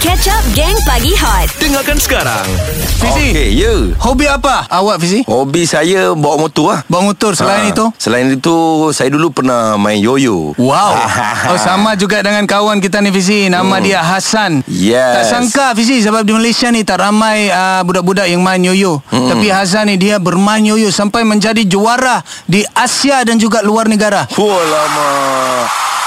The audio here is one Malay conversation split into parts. Catch up Gang Pagi Hot Dengarkan sekarang Fizi okay. Okey, ya Hobi apa awak Fizi? Hobi saya bawa motor lah Bawa motor selain Ah, itu? Selain itu Saya dulu pernah main yoyo Wow Oh sama juga dengan kawan kita ni Fizi Nama dia Hasan Hmm. Yes. Tak sangka Fizi Sebab di Malaysia ni Tak ramai uh, budak-budak yang main yoyo Hmm. Tapi Hasan ni dia bermain yoyo Sampai menjadi juara Di Asia dan juga luar negara Oh lama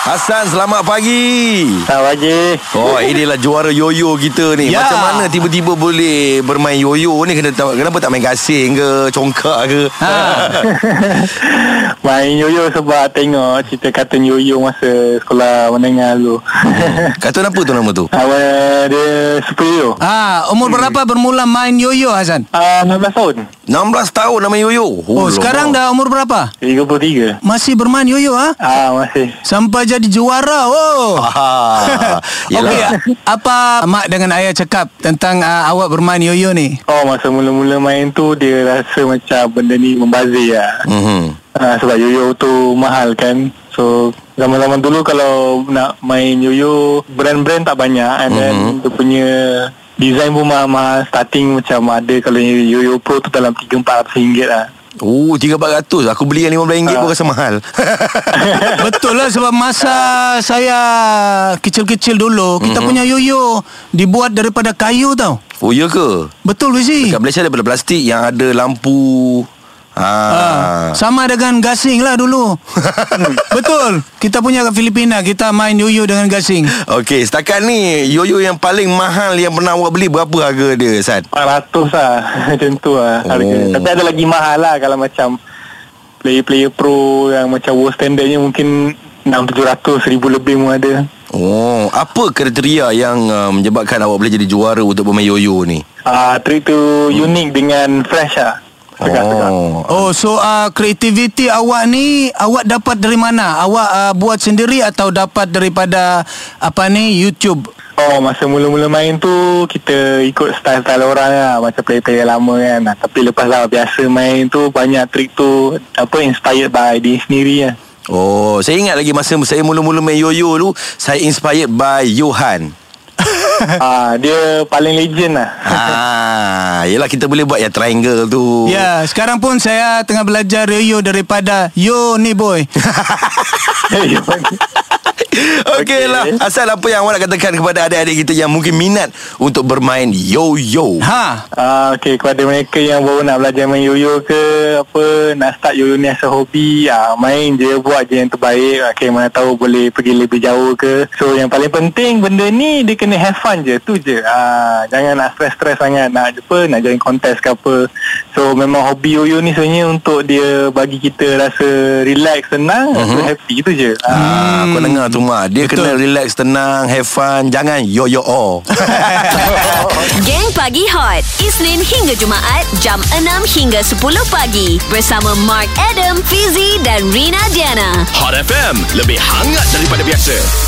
Hasan selamat pagi Selamat pagi. Oh inilah juara yoyo kita ni Ya. Macam mana tiba-tiba boleh bermain yoyo ni Kena- Kenapa tak main gasing ke Congkak ke ha. Main yoyo sebab tengok cerita kartun yoyo masa sekolah menengah dulu. Kata apa tu nama tu Awal dia superhero. ha. Umur Hmm. berapa bermula main yoyo Hasan? Ah, 16 tahun. 16 tahun nama yoyo Oh, sekarang dah umur berapa? 33. Masih bermain yoyo ha? Ah, masih. Sampai jadi juara Oh Ah, yelah. Okey, apa mak dengan ayah cakap tentang uh, awak bermain yoyo ni? Oh, masa mula-mula main tu dia rasa macam benda ni membazir lah. Mhm. Ah, sebab yoyo tu mahal kan. So, zaman-zaman dulu kalau nak main yoyo, brand-brand tak banyak. And then, Mhm. dia punya design pun mahal-mahal. Starting macam ada kalau yoyo pro tu dalam 3-400 ringgit lah. Oh, 3-400 Aku beli yang RM15 pun rasa mahal Betul lah sebab masa saya kecil-kecil dulu kita punya yoyo dibuat daripada kayu tau. Oh, ya ke? Betul Fizi. Kat Malaysia daripada plastik yang ada lampu. Ha. Ah, sama dengan gasing lah dulu. Betul. Kita punya kat Filipina kita main yoyo dengan gasing. Okey, setakat ni yoyo yang paling mahal yang pernah awak beli berapa harga dia, San? 400 lah Macam tu lah harga. Oh. Tapi ada lagi mahal lah Kalau macam Player-player pro Yang macam world standardnya Mungkin 6-700 Ribu lebih pun ada Oh, apa kriteria yang uh, menyebabkan awak boleh jadi juara untuk bermain yoyo ni? uh, Trick tu unique Dengan fresh lah Segar-segar Hmm. Oh, Oh. so uh, kreativiti awak ni awak dapat dari mana? Awak uh, buat sendiri atau dapat daripada apa ni YouTube? Oh masa mula-mula main tu Kita ikut style-style orang lah Macam player-player lama kan Ah, Tapi lepas lah Biasa main tu Banyak trick tu Apa inspired by Diri sendiri lah Oh, saya ingat lagi masa saya mula-mula main yoyo dulu, saya inspired by Johan. Ah, Dia paling legend lah ha, yelah kita boleh buat yang triangle tu. Ya, sekarang pun saya tengah belajar Rio daripada Yo ni boy. Okey lah Asal apa yang awak nak katakan Kepada adik-adik kita Yang mungkin minat Untuk bermain yo-yo Ha. Ah, okay, kepada mereka yang baru nak belajar main yoyo ke apa nak start yoyo ni as a hobi ah, main je buat je yang terbaik okay, mana tahu boleh pergi lebih jauh ke so yang paling penting benda ni dia kena have fun je tu je ah, jangan nak stress-stress sangat nak apa nak join kontes ke apa so memang hobi yoyo ni sebenarnya untuk dia bagi kita rasa relax senang uh-huh. happy tu je Ah, ah. Kau dengar tu Mak Dia Betul. kena relax Tenang Have fun Jangan yo-yo all Gang Pagi Hot Isnin hingga Jumaat Jam 6 hingga 10 pagi Bersama Mark Adam Fizi dan Rina Diana Hot FM Lebih hangat daripada biasa